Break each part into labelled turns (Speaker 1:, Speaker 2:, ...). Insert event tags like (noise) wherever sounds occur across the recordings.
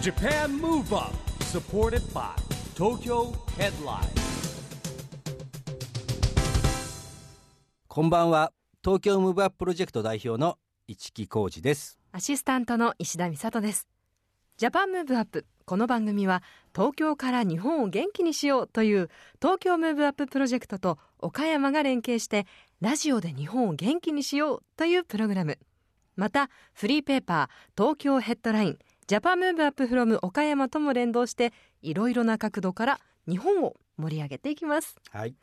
Speaker 1: JAPAN MOVE UP SUPPORTED BY TOKYO HEADLINE
Speaker 2: こんばんは東京ムーブアッププロジェクト代表の市木浩二です
Speaker 3: アシスタントの石田美里です。ジャパンムーブアップ。この番組は東京から日本を元気にしようという東京ムーブアッププロジェクトと岡山が連携してラジオで日本を元気にしようというプログラム。またフリーペーパー東京ヘッドラインジャパンムーブアップフロム岡山とも連動していろいろな角度から日本を盛り上げていきます。
Speaker 2: はい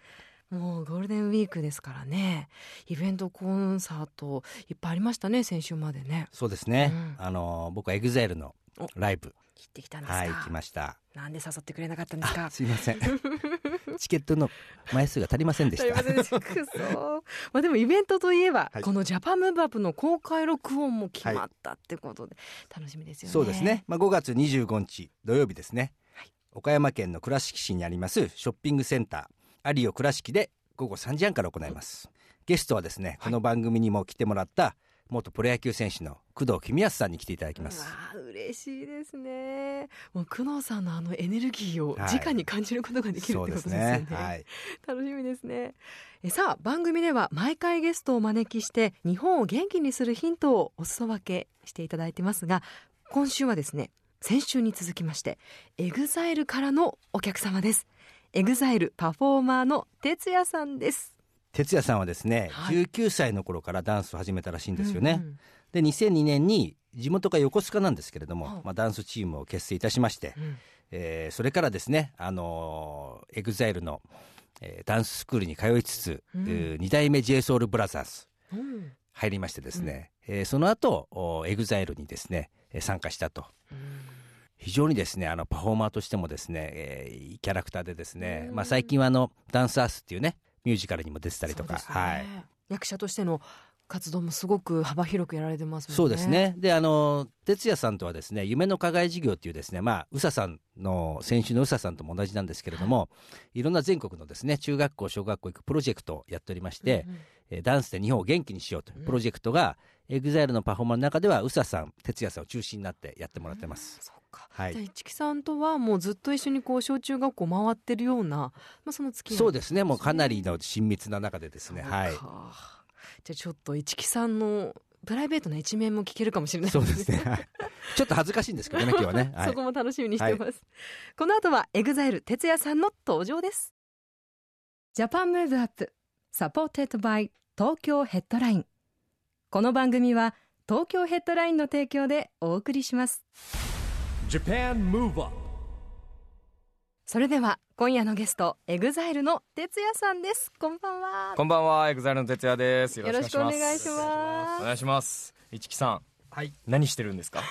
Speaker 3: もうゴールデンウィークですからね。イベントコンサートいっぱいありましたね、先週までね。
Speaker 2: そうですね、
Speaker 3: う
Speaker 2: あの僕はエグゼルの
Speaker 3: お
Speaker 2: ライブ
Speaker 3: 切ってきたんですか。
Speaker 2: はい行きました
Speaker 3: なんで誘ってくれなかったんです
Speaker 2: あ
Speaker 3: か。
Speaker 2: すいません (laughs) チケットの枚数が足りませんでし
Speaker 3: すいま
Speaker 2: た
Speaker 3: せんでしたくそー (laughs) まあでもイベントといえば、
Speaker 2: はい
Speaker 3: このジャパンムーブアップの公開録音も決まったってことで、楽しみですよね。
Speaker 2: そうですね。まあ5月25日土曜日ですね、
Speaker 3: はい
Speaker 2: 岡山県の倉敷市にありますショッピングセンターアリオ倉敷で午後3時半から行いますゲストはですね、この番組にも来てもらった元プロ野球選手の工藤公康さんに来ていただき
Speaker 3: うわ
Speaker 2: ます
Speaker 3: ー嬉しいですね。もう久能さんのあのエネルギーを
Speaker 2: はい
Speaker 3: 直に感じることができるってことですよね。
Speaker 2: はい、
Speaker 3: 楽しみですねえさあ番組では毎回ゲストをお招きして日本を元気にするヒントをお裾分けしていただいてますが今週はですね先週に続きましてエグザイルからのお客様ですエグザイルパフォーマーの哲也さんです
Speaker 2: 哲也さんはですね、
Speaker 3: はい
Speaker 2: 19歳の頃からダンスを始めたらしいんですよ
Speaker 3: うん
Speaker 2: ね
Speaker 3: う、ん
Speaker 2: で2002年に地元が横須賀なんですけれども、
Speaker 3: はい
Speaker 2: まあ、ダンスチームを結成いたしまして、
Speaker 3: うん
Speaker 2: えーそれからですね、あのー、EXILE の、えーダンススクールに通いつつ、
Speaker 3: うん
Speaker 2: えー二代目 JSOULBROTHERS
Speaker 3: うん
Speaker 2: 入りましてですね、えーその後お EXILE にですねえー参加したと。非常にですねあのパフォーマーとしてもですね、えーいいキャラクターでですね、
Speaker 3: うん
Speaker 2: まあ、最近はあの「ダンスアース」っていうねミュージカルにも出てたりとか、
Speaker 3: そうですね
Speaker 2: はい、
Speaker 3: 役者としての活動もすごく幅広くやられてますもんね
Speaker 2: そうですね。で、あの、哲也さんとはですね、夢の課外事業っていうですね、まあ、宇佐さんの、先週の宇佐さんとも同じなんですけれども、いろんな全国のですね、中学校、小学校行くプロジェクトをやっておりまして
Speaker 3: う、んうん
Speaker 2: えーダンスで日本を元気にしようといううんプロジェクトが、エグザイルのパフォーマーの中では、宇佐さん、哲也さんを中心になってやってもらってます。
Speaker 3: そっか
Speaker 2: はい
Speaker 3: じゃあ市木さんとはもうずっと一緒にこう小中学校回ってるような、まあ、その付き合い
Speaker 2: そうですね、もうかなりの親密な中でですね、
Speaker 3: そう
Speaker 2: はい
Speaker 3: か。じゃあちょっと市木さんのプライベートな一面も聞けるかもしれない
Speaker 2: そうですね、
Speaker 3: (laughs)
Speaker 2: はいちょっと恥ずかしいんですけどね、今日はね。は
Speaker 3: そ
Speaker 2: い
Speaker 3: こも楽しみにしてます、この後はエグザイル哲也さんの登場ですジャパンムーブアップサポーテッドバイ東京ヘッドラインこの番組は東京ヘッドラインの提供でお送りします
Speaker 1: JAPAN MOVE UP
Speaker 3: それでは今夜のゲストエグザイルの哲也さんですこんばんは
Speaker 4: こんばんは、エグザイルの哲也です。よろしくお願いし
Speaker 3: よろしくお
Speaker 4: ま
Speaker 3: 願
Speaker 4: す。
Speaker 3: いし
Speaker 4: お
Speaker 3: ま
Speaker 4: 願いします。一木さん、
Speaker 2: はい。
Speaker 4: 何してるんですか。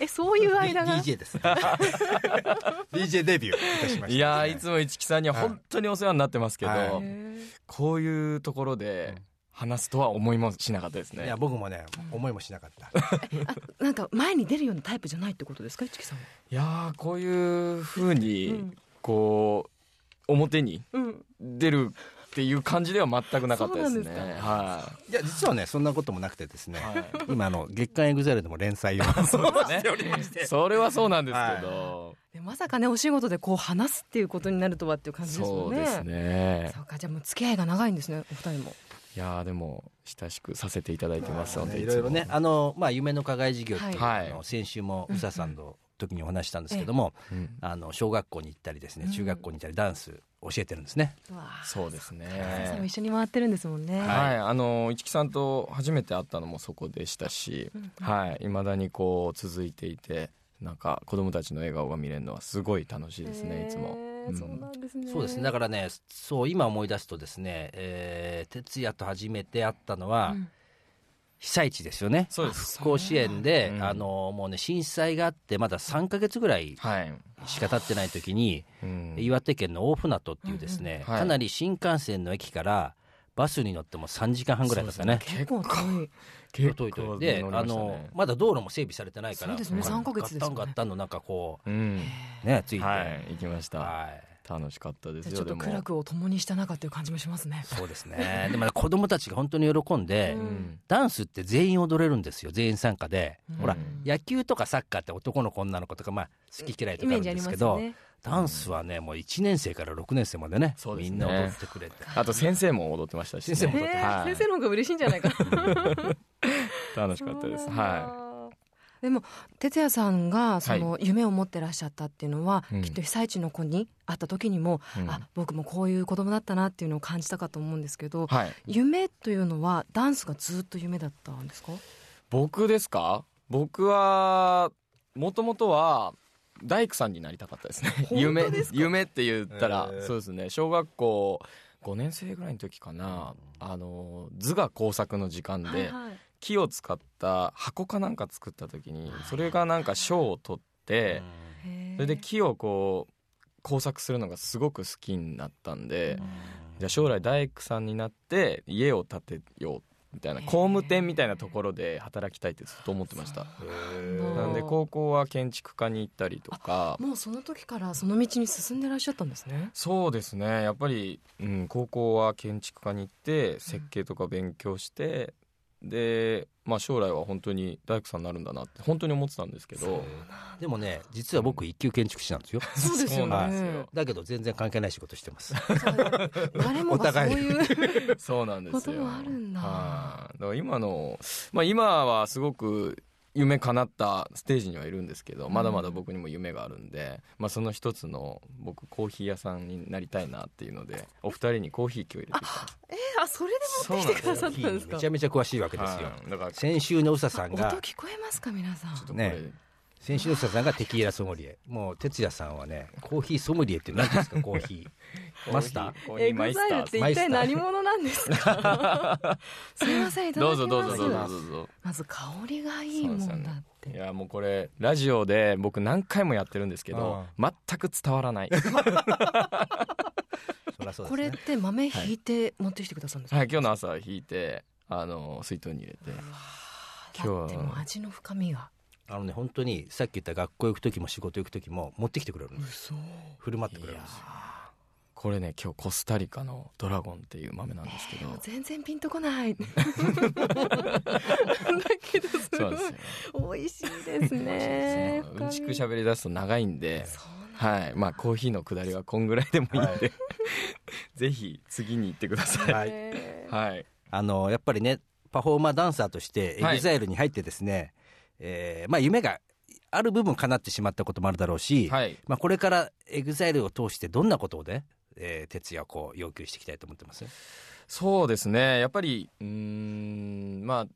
Speaker 3: えそういう間
Speaker 4: (laughs)
Speaker 3: が
Speaker 2: DJ です。DJ
Speaker 3: (laughs)
Speaker 2: デビューいたしました、
Speaker 4: いやー、いつも一木さんには本当にお世話になってますけど、
Speaker 2: はい
Speaker 3: へー
Speaker 4: こういうところで話すとは思いもしなかったです
Speaker 2: い
Speaker 4: ね
Speaker 2: や。僕もね思いもしなか (laughs) った
Speaker 3: なんか前に出るようなタイプじゃないってことですか市木さんは、
Speaker 4: いやー、こういう風
Speaker 3: う
Speaker 4: に
Speaker 3: ん
Speaker 4: こう表に
Speaker 3: うん、
Speaker 4: 出るっていう感じでは全くなかったです
Speaker 3: そう
Speaker 4: ね。
Speaker 3: なんです
Speaker 4: はい
Speaker 2: や実はねそんなこともなくてですね、
Speaker 4: い。はい
Speaker 2: 今あの月刊エグザイルでも連載 (laughs) を
Speaker 4: そうね。それはそうなんですけど。
Speaker 3: でまさかねお仕事でこう話すっていうことになるとはっていう感じですも
Speaker 4: そ
Speaker 3: ん
Speaker 4: う
Speaker 3: ね
Speaker 4: ですね
Speaker 3: そ。うかじゃあもう付き合いが長いんですねお二人も
Speaker 4: いやーでも親しくさせていただいてますので、
Speaker 2: いろいろねあのまあ夢の課外事業っていう、
Speaker 4: はい
Speaker 2: あの先週も宇佐さんの時にお話したんですけども、
Speaker 4: うん
Speaker 2: あの小学校に行ったりですね
Speaker 3: うん
Speaker 2: 中学校に行ったりダンス教えてるんですね、
Speaker 3: うわー
Speaker 4: そうです
Speaker 3: 皆さんも
Speaker 4: ね。
Speaker 3: 一緒に回ってるんですもんね、
Speaker 4: はい、あの一木さんと初めて会ったのもそこでしたし
Speaker 3: うん、
Speaker 4: はい、未だにこう続いていて、なんか子供たちの笑顔が見れるのはすごい楽しいですね、いつ
Speaker 3: へ
Speaker 4: も
Speaker 3: ー。
Speaker 4: うん
Speaker 3: そうなんですね
Speaker 2: そうですねだからねそう今思い出すとですね、えー、哲也と初めて会ったのは、
Speaker 3: うん
Speaker 2: 被災地ですよね
Speaker 4: そうです
Speaker 2: 復興支援で、
Speaker 4: うん
Speaker 2: あのもうね震災があってまだ3か月ぐらい
Speaker 4: はい、
Speaker 2: しか経ってない時に、
Speaker 4: うん
Speaker 2: 岩手県の大船渡っていうですね、
Speaker 4: うんうんはい
Speaker 2: かなり新幹線の駅からバスに乗っても3時間半ぐらいですかね
Speaker 4: そ
Speaker 3: 結構遠い
Speaker 4: 結
Speaker 2: 遠
Speaker 4: 構
Speaker 2: い遠いで、
Speaker 4: 乗り
Speaker 2: あ
Speaker 4: ましたね
Speaker 2: のまだ道路も整備されてないから
Speaker 3: そうですね
Speaker 2: はい
Speaker 3: 3ヶ月ですもんね
Speaker 2: ガッタンガッタンのなんかこ
Speaker 4: うん、
Speaker 2: うねついて、
Speaker 4: はい、行きました。
Speaker 2: はい
Speaker 4: 楽しかったです
Speaker 3: じゃあちょ
Speaker 4: よ
Speaker 3: っと苦
Speaker 4: でも
Speaker 3: 楽を共にしたなかったいう感じもしますね。
Speaker 2: そうですねでも子供たちが本当に喜んで、
Speaker 3: うん
Speaker 2: ダンスって全員踊れるんですよ全員参加で、
Speaker 3: うん
Speaker 2: ほら
Speaker 3: うん
Speaker 2: 野球とかサッカーって男の子女の子とか、まあ、好き嫌いと
Speaker 3: イ
Speaker 2: か
Speaker 3: メ
Speaker 2: ある
Speaker 3: ー
Speaker 2: ん
Speaker 3: ジあ
Speaker 2: で
Speaker 3: り
Speaker 2: す
Speaker 3: ま
Speaker 2: け
Speaker 3: すよ
Speaker 2: ど、
Speaker 3: ね。
Speaker 2: ダンスはねもう1年生から6年生までね
Speaker 4: そうで
Speaker 2: み
Speaker 4: すね
Speaker 2: んな踊ってくれて
Speaker 4: あと先生も踊ってましたしね、
Speaker 2: 先生
Speaker 3: へ
Speaker 2: も踊って
Speaker 3: え
Speaker 4: はい
Speaker 3: 先生の方が嬉しいんじゃ
Speaker 4: (laughs)
Speaker 3: ないかな。。
Speaker 4: 楽しかったですはい
Speaker 3: でも哲也さんがその夢を持ってらっしゃったっていうのは、
Speaker 4: うん
Speaker 3: きっと被災地の子に会った時にも、
Speaker 4: い、うん
Speaker 3: あ僕もこういう子供だったなっていうのを感じたかと思うんですけど、
Speaker 4: はい、
Speaker 3: 夢というのはダンスがずっと夢だったんですか？
Speaker 4: 僕ですか僕はもともとは大工さんになりたかったですね夢夢って言ったら、
Speaker 2: へー
Speaker 4: そうですね小学校5年生ぐらいの時かなあの図画工作の時間で、
Speaker 3: はい
Speaker 4: 木を使った箱かなんか作った時にそれがなんか賞を取って
Speaker 3: へえ
Speaker 4: それで木をこう工作するのがすごく好きになったんでじゃあ将来大工さんになって家を建てようみたいな
Speaker 3: へー
Speaker 4: 工務店みたいなところで働きたいってずっと思ってました
Speaker 3: そう
Speaker 4: なんで高校は建築家に行ったりとか
Speaker 3: もうその時からその道に進んでらっしゃったんですね。
Speaker 4: そうですねやっぱり、うん、高校は建築家に行って設計とか勉強して、で、まあ、将来は本当に大工さんになるんだなって本当に思ってたんですけど
Speaker 2: でもね実は僕一級建築士なんですよ
Speaker 3: そうですよ
Speaker 4: そうなんで
Speaker 3: ね。
Speaker 2: だけど全然関係ない仕事してます
Speaker 3: 誰もがそういう (laughs)
Speaker 4: そうなんですよ
Speaker 3: こともあるんだ
Speaker 4: はいだから今の、まあ、今はすごく夢叶ったステージにはいるんですけどまだまだ僕にも夢があるんで、まあ、その一つの僕コーヒー屋さんになりたいなっていうのでお二人にコーヒー今日入れてきたんです
Speaker 3: あ (laughs) それで持ってきてくださったんですか
Speaker 2: めち。ゃめちゃ詳しいわけですよ
Speaker 4: はいだから
Speaker 2: 先週の宇佐さん
Speaker 3: 音
Speaker 2: が
Speaker 3: 聞こえますか皆さん。
Speaker 4: これ
Speaker 2: ね先週の宇佐さんがテキーラソムリエもう哲也さんはねコーヒーソムリエって何ですか
Speaker 3: (laughs)
Speaker 2: コーヒーマスター
Speaker 4: コーヒ
Speaker 3: エ
Speaker 4: ーマ
Speaker 3: グ
Speaker 4: イ
Speaker 3: ザ
Speaker 4: ス
Speaker 3: イル
Speaker 4: タ
Speaker 3: って
Speaker 4: ー
Speaker 2: マ
Speaker 3: 一
Speaker 2: イスター
Speaker 3: 体何者なんですか。
Speaker 4: (laughs)
Speaker 3: すみませんいただきま
Speaker 4: どう
Speaker 3: す。
Speaker 4: ぞどうぞどうぞ
Speaker 2: いただきま
Speaker 4: どうぞ
Speaker 3: まず香りがいいもんだって。
Speaker 4: いやもうこれラジオで僕何回もやってるんですけど全く伝わらないは
Speaker 2: そりゃそう
Speaker 3: こ
Speaker 2: で
Speaker 3: れ
Speaker 2: す
Speaker 3: っ
Speaker 2: ね
Speaker 3: て豆引いて持ってきてくださるんですか。
Speaker 4: い今日の朝引いてあの水筒に入れて今日は
Speaker 3: でも味の深みが。
Speaker 2: あのね本当にさっき言った学校行く時も仕事行く時も持ってきてくれるんです
Speaker 3: 嘘。
Speaker 2: 振る舞ってくれるんです
Speaker 4: これね今日コスタリカのドラゴンっていう豆なんですけど、
Speaker 3: 全然ピンとこ
Speaker 4: (laughs)
Speaker 3: ない。だけどす
Speaker 4: そうなんですよ
Speaker 3: ごい美味しいですね。
Speaker 4: うんちく喋り出すと長いんで
Speaker 3: そうなん
Speaker 4: はいまあコーヒーのくだりはこんぐらいでもいいんで、 (laughs) ぜひ次に行ってください
Speaker 2: は
Speaker 4: はいい、
Speaker 3: い
Speaker 2: あのやっぱりねパフォーマーダンサーとしてエ
Speaker 4: はい
Speaker 2: グザイルに入ってですね、えーまあ、夢がある部分叶ってしまったこともあるだろうし、
Speaker 4: はい
Speaker 2: まあ、これからエグザイルを通してどんなことをね、えー、徹夜をこう要求していきたいと思ってます
Speaker 4: そうですねやっぱりうーんまあ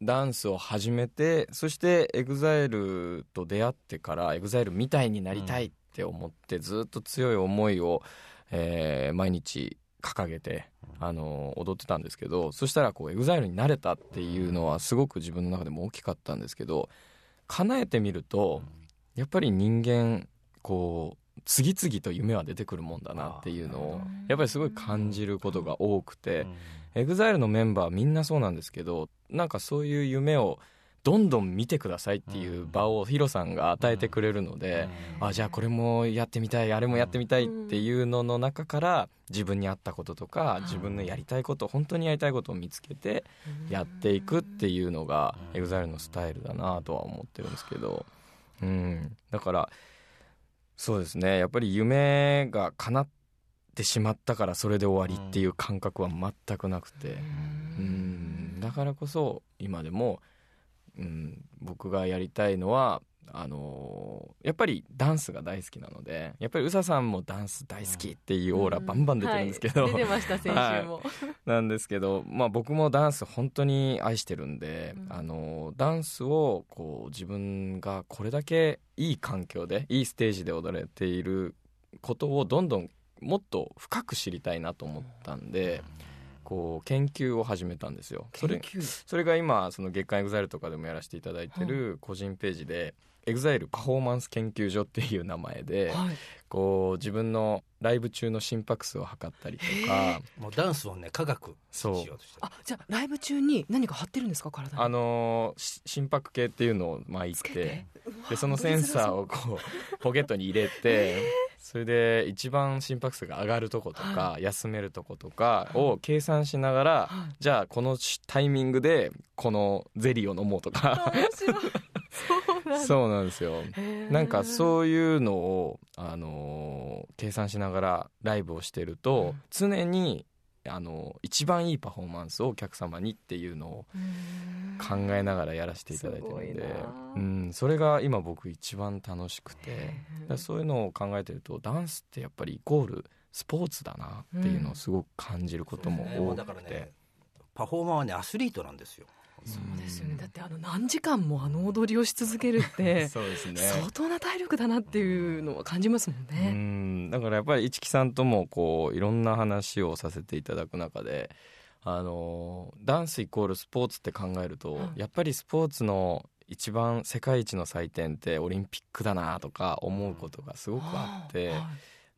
Speaker 4: ダンスを始めてそして EXILE と出会ってから EXILE みたいになりたいって思って、ずっと強い思いを、えー毎日掲げて、あの踊ってたんですけどそしたらこう EXILE になれたっていうのはすごく自分の中でも大きかったんですけど叶えてみるとやっぱり人間こう次々と夢は出てくるもんだなっていうのをやっぱりすごい感じることが多くて、エグザイルのメンバーみんなそうなんですけどなんかそういう夢をどんどん見てくださいっていう場をヒロさんが与えてくれるので、あじゃあこれもやってみたいあれもやってみたいっていうのの中から自分に合ったこととか自分のやりたいこと本当にやりたいことを見つけてやっていくっていうのがエグザイルのスタイルだなとは思ってるんですけど、うん、だからそうですねやっぱり夢が叶ってしまったからそれで終わりっていう感覚は全くなくて、うん、だからこそ今でも、うん、僕がやりたいのはあのーやっぱりダンスが大好きなのでやっぱり宇佐さんもダンス大好きっていうオーラバンバン出てるんですけど、
Speaker 3: はい出てました先週も。
Speaker 4: なんですけど、まあ、僕もダンス本当に愛してるんで、
Speaker 3: うん
Speaker 4: あのダンスをこう自分がこれだけいい環境でいいステージで踊れていることをどんどんもっと深く知りたいなと思ったんで、こう研究を始めたんですよ。それそれが今その月間 EXILE とかでもやらせていただいてる個人ページで EXILE パフォーマンス研究所っていう名前で
Speaker 3: はい。
Speaker 4: こう自分のライブ中の心拍数を測ったりとか
Speaker 2: もうダンスをね科学し
Speaker 4: そう
Speaker 2: ようとしてる
Speaker 3: あじゃあライブ中に何か貼ってるんですか体に。
Speaker 4: あのーし心拍計っていうのを巻い
Speaker 3: つけ
Speaker 4: て
Speaker 3: て。うわ
Speaker 4: でそのセンサー。をこうポケットに入れて、それで一番心拍数が上がるとことか、休めるとことかを計算しながら、じゃあこのタイミングでこのゼリーを飲もうとか
Speaker 3: 面白い。そうなんだ
Speaker 4: (laughs) そうなんですよ。
Speaker 3: へー
Speaker 4: なんかそういうのを、あのー計算しながらライブをしてる
Speaker 3: う
Speaker 4: と、
Speaker 3: ん
Speaker 4: 常に、あのー一番いいパフォーマンスをお客様にっていうのを
Speaker 3: うーん
Speaker 4: 考えながらやらせていただいてるん
Speaker 3: すごい
Speaker 4: で
Speaker 3: な、
Speaker 4: うん、それが今僕一番楽しくて
Speaker 3: へー
Speaker 4: だからそういうのを考えてるとダンスってやっぱりイコールスポーツだなっていうのをすごく感じることも多
Speaker 2: だか
Speaker 4: く
Speaker 2: ら
Speaker 4: て
Speaker 2: ね。パフォーマーはねアスリートなんですよ
Speaker 3: そうですよね。だってあの何時間もあの踊りをし続けるって
Speaker 4: そうですね
Speaker 3: 相当な体力だなっていうのは感じますもん
Speaker 4: う
Speaker 3: ね。
Speaker 4: んだからやっぱり市木さんともこういろんな話をさせていただく中であのダンスイコールスポーツって考えると、
Speaker 3: うん
Speaker 4: やっぱりスポーツの一番世界一の祭典ってオリンピックだなとか思うことがすごくあって、
Speaker 3: はい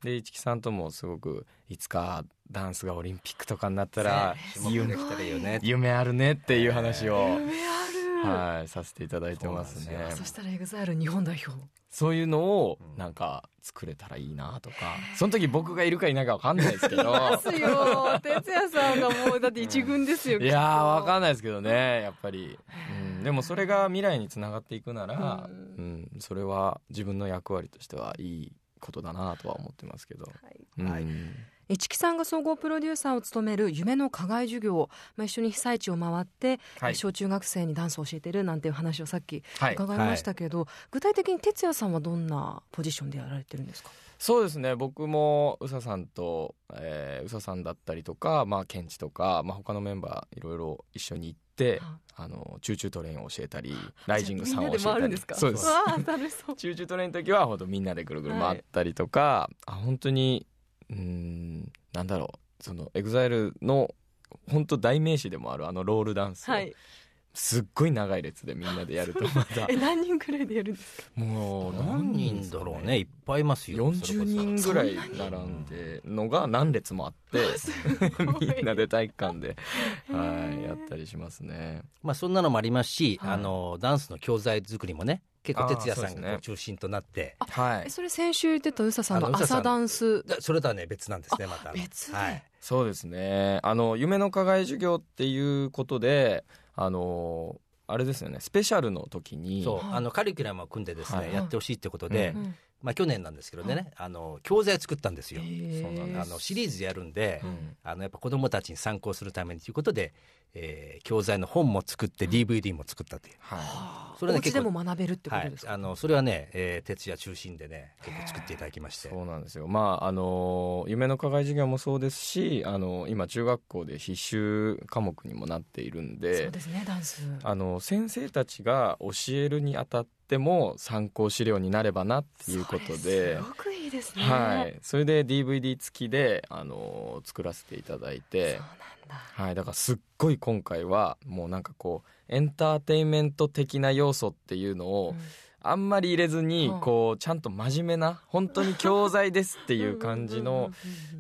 Speaker 4: で市木さんともすごくいつかダンスがオリンピックとかになったら
Speaker 2: 種目できたらいいよね
Speaker 4: 夢あるねっていう話を、
Speaker 3: 夢ある。
Speaker 4: はい、させていただいてます
Speaker 2: そうなん
Speaker 4: ね
Speaker 2: で
Speaker 3: そしたらエグザイル日本代表。
Speaker 4: (laughs) そういうのを
Speaker 2: うん
Speaker 4: なんか作れたらいいなとか、その時僕がいるかいないかわかんないです
Speaker 2: (laughs)
Speaker 4: けど
Speaker 3: ですよ。哲也さんがもうだって一軍ですよ。
Speaker 4: いやーわか
Speaker 3: ん
Speaker 4: んないですけどねやっぱり、うん、でもそれが未来につながっていくなら、
Speaker 3: う
Speaker 4: うんんそれは自分の役割としてはいいことだなとは思ってますけど、うん
Speaker 2: はい
Speaker 3: 市木さんが総合プロデューサーを務める夢の課外授業、まあ一緒に被災地を回って、
Speaker 4: はい
Speaker 3: 小中学生にダンスを教えてるなんていう話をさっき
Speaker 4: はい、
Speaker 3: 伺いましたけど、具体的に哲也さんはどんなポジションでやられてるんですか。
Speaker 4: そうですね僕も宇佐さんとえー宇佐、さんだったりとか、まあ、ケンチとか、まあ、他のメンバーいろいろ一緒に行って
Speaker 3: は
Speaker 4: あのチューチュートレインを教えたりライジングさん
Speaker 3: みん
Speaker 4: を
Speaker 3: なで
Speaker 4: 教え
Speaker 3: 回
Speaker 4: た
Speaker 3: るんで
Speaker 4: り
Speaker 3: すか。
Speaker 4: そうです
Speaker 3: わあ楽し
Speaker 4: (laughs)
Speaker 3: そう。
Speaker 4: チューチュートレインの時はほんとみんなでぐるぐる回ったりとか、あ本当にうーんなんだろうそのエグザイルの本当代名詞でもあるあのロールダンスを、
Speaker 3: はい。
Speaker 4: すっごい長い列でみんなでや
Speaker 3: (laughs)
Speaker 4: るとまた
Speaker 3: え何人くらいでやるんですか。
Speaker 4: もう
Speaker 2: 何人だろうねいっぱいいますよ
Speaker 4: 40人ぐらい並んでのが何列もあって
Speaker 3: ごい
Speaker 4: (laughs) みんなで体育館で、は
Speaker 3: へ
Speaker 4: い、
Speaker 3: ー
Speaker 4: やったりしますね。
Speaker 2: まあそんなのもありますし、
Speaker 3: はい
Speaker 2: あのダンスの教材作りもね結構
Speaker 4: あー
Speaker 2: 哲也さんが
Speaker 4: そうです
Speaker 2: こ
Speaker 4: ね
Speaker 2: う中心となって
Speaker 4: は
Speaker 3: え
Speaker 4: い、
Speaker 3: それ先週言ってた宇佐さん
Speaker 2: あ
Speaker 3: の
Speaker 2: の宇佐さん
Speaker 3: 朝ダンス。
Speaker 2: だそれとはね別なんですねまた
Speaker 3: 別で
Speaker 2: はい、
Speaker 4: そうですねあの夢の課外授業っていうことであのあれですよねスペシャルの時に
Speaker 2: そう、
Speaker 3: はい
Speaker 2: あのカリキュラムを組んでですね、
Speaker 4: はい
Speaker 2: やってほしいってことで、
Speaker 4: うん
Speaker 2: まあ去年なんですけどね、あの教材作ったんですよ、
Speaker 4: そうなん
Speaker 2: あ
Speaker 4: です
Speaker 2: のシリーズでやるんで、
Speaker 4: うん
Speaker 2: あのやっぱ子どもたちに参考するためにということで、えー教材の本も作って DVD も作ったという、
Speaker 4: は
Speaker 2: そ
Speaker 3: そ
Speaker 2: れね
Speaker 3: れお家
Speaker 2: 結
Speaker 3: で
Speaker 2: 構
Speaker 3: も学べるってこ
Speaker 2: は
Speaker 3: と
Speaker 2: い
Speaker 3: です、か。
Speaker 2: あのそれはね、えー、徹夜中心でね結構作っていただきまし
Speaker 4: い
Speaker 2: て
Speaker 4: そうなんですよまああの夢の課外授業もそうですしあの今中学校で必修科目にもなっているん
Speaker 3: そ
Speaker 4: で
Speaker 3: うですねダンス。
Speaker 4: あの先生たちが教えるにあたっても参考資料になればなっていうこと
Speaker 3: それ
Speaker 4: です
Speaker 3: ごくいいですね。
Speaker 4: はい、それで DVD 付きで、あの作らせていただい
Speaker 3: そう
Speaker 4: て
Speaker 3: なんだ。
Speaker 4: はい、だからすっごい今回はもうなんかこうエンターテインメント的な要素っていうのをあんまり入れずに
Speaker 3: うん
Speaker 4: こうちゃんと真面目な本当に教材ですって
Speaker 3: て
Speaker 4: いう感じの。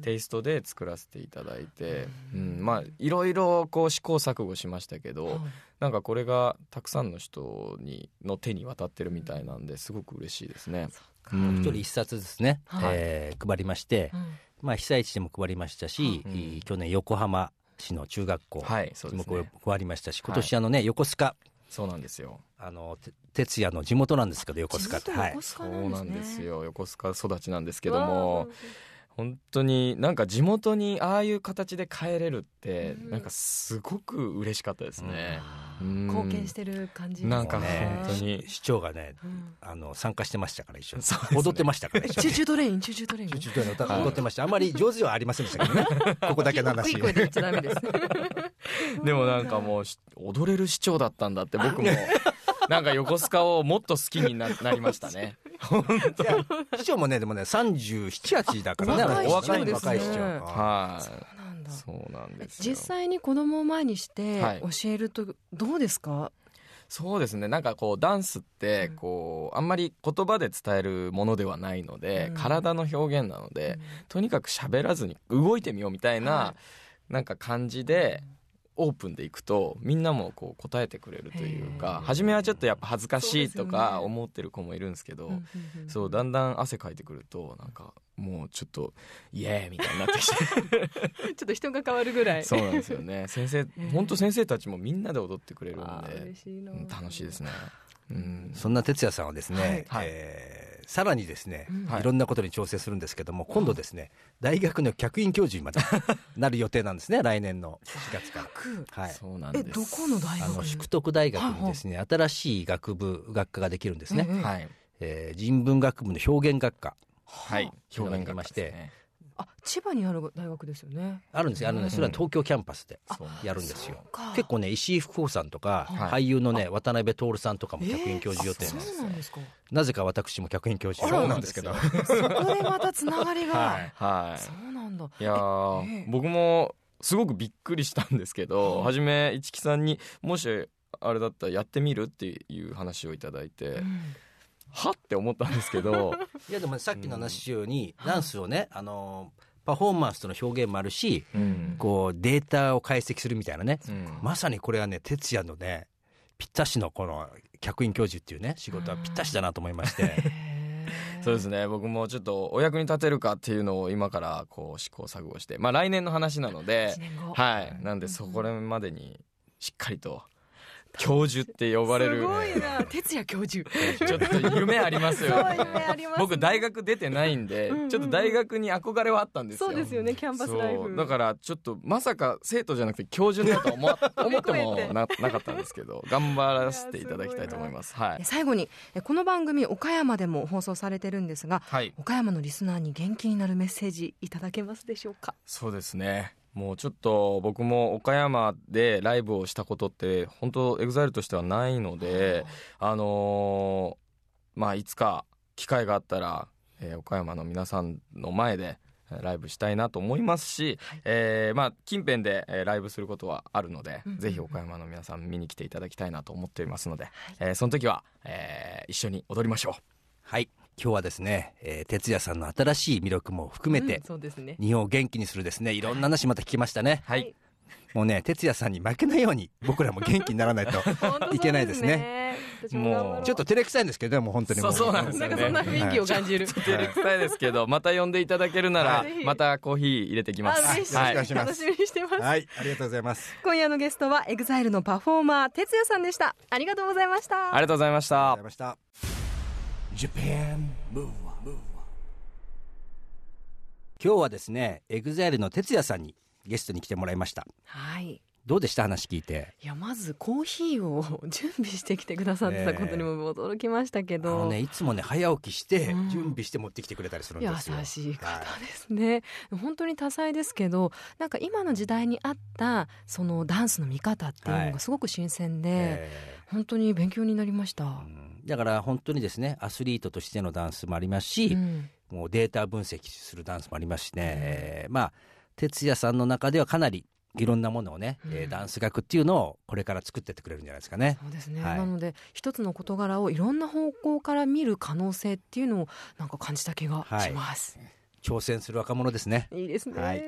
Speaker 4: テイストで作らせていただいて、うん、まあ
Speaker 3: うん
Speaker 4: いろいろこう試行錯誤しましたけど
Speaker 3: はい
Speaker 4: なんかこれがたくさんの人にの手に渡ってるみたいなんですごく嬉しいですね。うん
Speaker 2: 一人一冊ですね、
Speaker 3: はい
Speaker 2: えー配りまして、
Speaker 3: うん
Speaker 2: まあ、被災地でも配りましたし、
Speaker 4: うん
Speaker 2: えー去年横浜市の中学校
Speaker 4: はい、そう
Speaker 2: に
Speaker 4: で
Speaker 2: も
Speaker 4: すね。
Speaker 2: 配りましたし、
Speaker 4: はい
Speaker 2: 今年あのね横須賀
Speaker 4: そうなんですよ。
Speaker 2: あのて哲也の地元なんですけど横須賀って、
Speaker 3: 地
Speaker 2: はい
Speaker 3: 元横、須
Speaker 4: そ
Speaker 3: 賀
Speaker 4: うなん
Speaker 3: ね
Speaker 4: です。よ。横須賀育ちなんですけども、本当になんか地元にああいう形で帰れるって
Speaker 3: うん
Speaker 4: なんかすごく嬉しかったですね。うん
Speaker 3: 貢献してる感じですね。
Speaker 4: なんか
Speaker 2: ね
Speaker 4: 本当に
Speaker 2: 市長がね
Speaker 3: うん
Speaker 2: あの参加してましたから一緒に、
Speaker 4: (laughs) そうですね
Speaker 2: 踊ってましたから一緒
Speaker 3: チュ
Speaker 2: に
Speaker 3: ーチュートレイン、チューチュートレイン。
Speaker 2: 中の歌踊ってましたあんまり上手ではありませんでしたけどね
Speaker 4: (laughs)
Speaker 2: ここだけの
Speaker 3: 大
Speaker 2: 話
Speaker 3: きい声で言っちゃダメです。
Speaker 4: でもなんかもうし踊れる市長だったんだって僕も (laughs) なんか横須賀をもっと好きにななりましたね。
Speaker 2: いや市長もねでもね378だからね
Speaker 4: あ
Speaker 2: あの
Speaker 4: 若い市長です
Speaker 2: 若
Speaker 4: ね
Speaker 2: い市長あ
Speaker 4: はい。
Speaker 3: なんだ
Speaker 4: そうなんですよ
Speaker 3: 実際に子供を前にして
Speaker 4: はい
Speaker 3: 教えるとどうですか？
Speaker 4: そうですねなんかこうダンスってこうあんまり言葉で伝えるものではないので、
Speaker 3: うん
Speaker 4: 体の表現なので、とにかく喋らずに動いてみようみたいな、
Speaker 3: は
Speaker 4: なんか感じでオープンでいくとみんなもこう答えてくれるというか
Speaker 3: へー
Speaker 4: 初めはちょっとやっぱ恥ずかしい
Speaker 3: そうですよ
Speaker 4: と
Speaker 3: ね
Speaker 4: か思ってる子もいるんですけど、
Speaker 3: うんうんうん
Speaker 4: そうだんだん汗かいてくるとなんかもうちょっとイエーイみたいになって
Speaker 3: (laughs)
Speaker 4: きて
Speaker 3: ちょっと人が変わるぐらい
Speaker 4: そうなんですよね先生
Speaker 3: ー
Speaker 4: 本当先生たちもみんなで踊ってくれるん
Speaker 3: あー
Speaker 4: で
Speaker 3: 嬉しいな
Speaker 4: うん楽しいですね。うん
Speaker 2: そんな哲也さんはですね、
Speaker 4: はい
Speaker 2: えーさらにですね、
Speaker 3: うん
Speaker 4: はい
Speaker 2: いろんなことに挑戦するんですけども今度ですね大学の客員教授にまたなる予定なんですね来年の4月から。はい、
Speaker 4: そうなん
Speaker 3: え
Speaker 4: です
Speaker 3: どこの大
Speaker 2: あの
Speaker 3: 学
Speaker 2: 淑徳大学にですね新しい学部学科ができるんですね、
Speaker 3: うんうん
Speaker 4: はい
Speaker 2: えー人文学部の表現学科
Speaker 4: はい表現がまして、
Speaker 3: あ千葉にある大学ですよね
Speaker 2: あるんですよあのねそれは東京キャンパスで
Speaker 4: そうなんです
Speaker 2: やるんですよ
Speaker 3: そうか
Speaker 2: 結構ね石井福穂さんとか、
Speaker 4: は
Speaker 2: 俳
Speaker 4: い
Speaker 2: 優のね渡辺徹さんとかも客員教授予定
Speaker 3: え
Speaker 2: なん
Speaker 3: ーあ
Speaker 2: です、
Speaker 3: そうなんですか
Speaker 2: なぜか私も客員教授
Speaker 3: あら
Speaker 2: そうなんですけど
Speaker 4: そう
Speaker 3: そこでまたつながりが、
Speaker 2: はい
Speaker 4: はい
Speaker 3: そうなんだ
Speaker 4: いやー
Speaker 3: えええ
Speaker 4: 僕もすごくびっくりしたんですけど、
Speaker 3: はい
Speaker 4: はじめ一木さんにもしあれだったらやってみるっていう話をいただいて、
Speaker 3: うん
Speaker 4: はって思ったんですけど
Speaker 3: (laughs)
Speaker 2: いやでもさっきの話ように、ダンスをねあのパフォーマンスとの表現もあるし
Speaker 4: うん
Speaker 2: こうデータを解析するみたいなね
Speaker 4: うん
Speaker 2: まさにこれはね哲也のねぴったしのこの客員教授っていうね仕事はぴったしだなと思いま
Speaker 3: (laughs)
Speaker 2: して
Speaker 3: へー
Speaker 4: そうですね僕もちょっとお役に立てるかっていうのを今からこう試行錯誤してまあ来年の話なので
Speaker 3: (laughs) 一年後
Speaker 4: はいなんでそこらまでにしっかりと教授って呼ばれる
Speaker 3: すごいな哲也教授
Speaker 4: ちょっと夢ありますよね
Speaker 3: そう夢ありますね
Speaker 4: 僕大学出てないんで
Speaker 3: うんうん
Speaker 4: ちょっと大学に憧れはあったんですよ
Speaker 3: そうですよねキャンパスライ
Speaker 4: そう
Speaker 3: フ
Speaker 4: だからちょっとまさか生徒じゃなくて教授だと思わ思ってもななかったんですけど頑張らせていただきたいと思いますは
Speaker 3: え
Speaker 4: い、
Speaker 3: 最後にえこの番組岡山でも放送されてるんですが
Speaker 4: はい、
Speaker 3: 岡山のリスナーに元気になるメッセージいただけますでしょうか
Speaker 4: そうですねもうちょっと僕も岡山でライブをしたことって本当エグザイルとしてはないのであのーまあいつか機会があったら、えー岡山の皆さんの前でえーライブしたいなと思いますし、えーまあ近辺でえーライブすることはあるので、
Speaker 3: うんうんうん
Speaker 4: ぜひ岡山の皆さん見に来ていただきたいなと思っていますので、えーその時は、えー一緒に踊りましょう。
Speaker 3: (laughs)
Speaker 2: はい今日はですね、えー、哲也さんの新しい魅力も含めて、
Speaker 3: うんそうですね
Speaker 2: 日本を元気にするですねいろんな話また聞きましたね
Speaker 4: はい、
Speaker 2: もうね哲也さんに負けないように僕らも元気になら
Speaker 3: (laughs)
Speaker 2: ないと
Speaker 3: 本当そう
Speaker 2: いけないですね
Speaker 3: 私も頑張ろ
Speaker 4: もう
Speaker 2: ちょっと照れくさいんですけどねもう本当にも
Speaker 4: そうそうなんです
Speaker 3: な
Speaker 4: よ
Speaker 3: ん
Speaker 4: ね
Speaker 3: かそんな雰囲気を感じる
Speaker 4: 照れくさいですけどまた呼んでいただけるなら、
Speaker 3: はい
Speaker 4: またコーヒー入れてきま
Speaker 3: あ
Speaker 4: す。
Speaker 3: 嬉しい、
Speaker 4: はい
Speaker 2: よろしくお願いし
Speaker 3: 楽
Speaker 2: ます
Speaker 3: しみにしてます、
Speaker 2: はいありがとうございます
Speaker 3: 今夜のゲストはエグザイルのパフォーマー哲也さんでしたありがとうございました
Speaker 4: ありがとうございました。
Speaker 2: ありがとうございました
Speaker 1: Japan Move Up
Speaker 2: 今日はですねエグザイルの哲也さんにゲストに来てもらいました
Speaker 3: はい
Speaker 2: どうでした話聞いて
Speaker 3: いやまずコーヒーを (laughs) 準備してきてくださってたことにも驚きましたけ
Speaker 2: あの
Speaker 3: ど、
Speaker 2: ねいつもね早起きして
Speaker 3: うん
Speaker 2: 準備して持ってきてくれたりするんですよ
Speaker 3: 優しい方
Speaker 2: はい
Speaker 3: ですね、本当に多彩ですけどなんか今の時代にあったそのダンスの見方っていうのがすごく新鮮で、
Speaker 2: え
Speaker 3: 本当に勉強になりました
Speaker 2: ーう、んだから本当にですねアスリートとしてのダンスもありますし、
Speaker 3: うん
Speaker 2: もうデータ分析するダンスもありますしね、えーまあ哲也さんの中ではかなりいろんなものをね、えー
Speaker 3: うん
Speaker 2: ダンス学っていうのをこれから作ってってくれるんじゃないですかね。
Speaker 3: そうですね、
Speaker 2: はい
Speaker 3: なので一つの事柄をいろんな方向から見る可能性っていうのをなんか感じた気がします、
Speaker 2: 挑戦する若者ですね。
Speaker 3: い、いですね、
Speaker 2: はい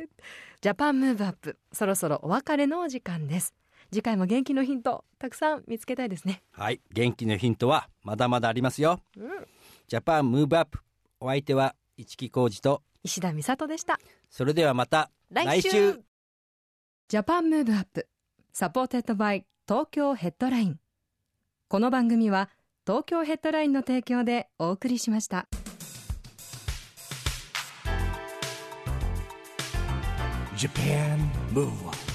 Speaker 3: ジャパンムーブアップそろそろお別れのお時間です次回も元気のヒントたくさん見つけたいですね
Speaker 2: はい、元気のヒントはまだまだありますよ。
Speaker 3: うん
Speaker 2: ジャパンムーブアップお相手は市木浩二と
Speaker 3: 石田美里でした
Speaker 2: それではまた来週
Speaker 3: ジャパンムーブアップサポーテッドバイ東京ヘッドラインこの番組は東京ヘッドラインの提供でお送りしました
Speaker 1: Japan Move Up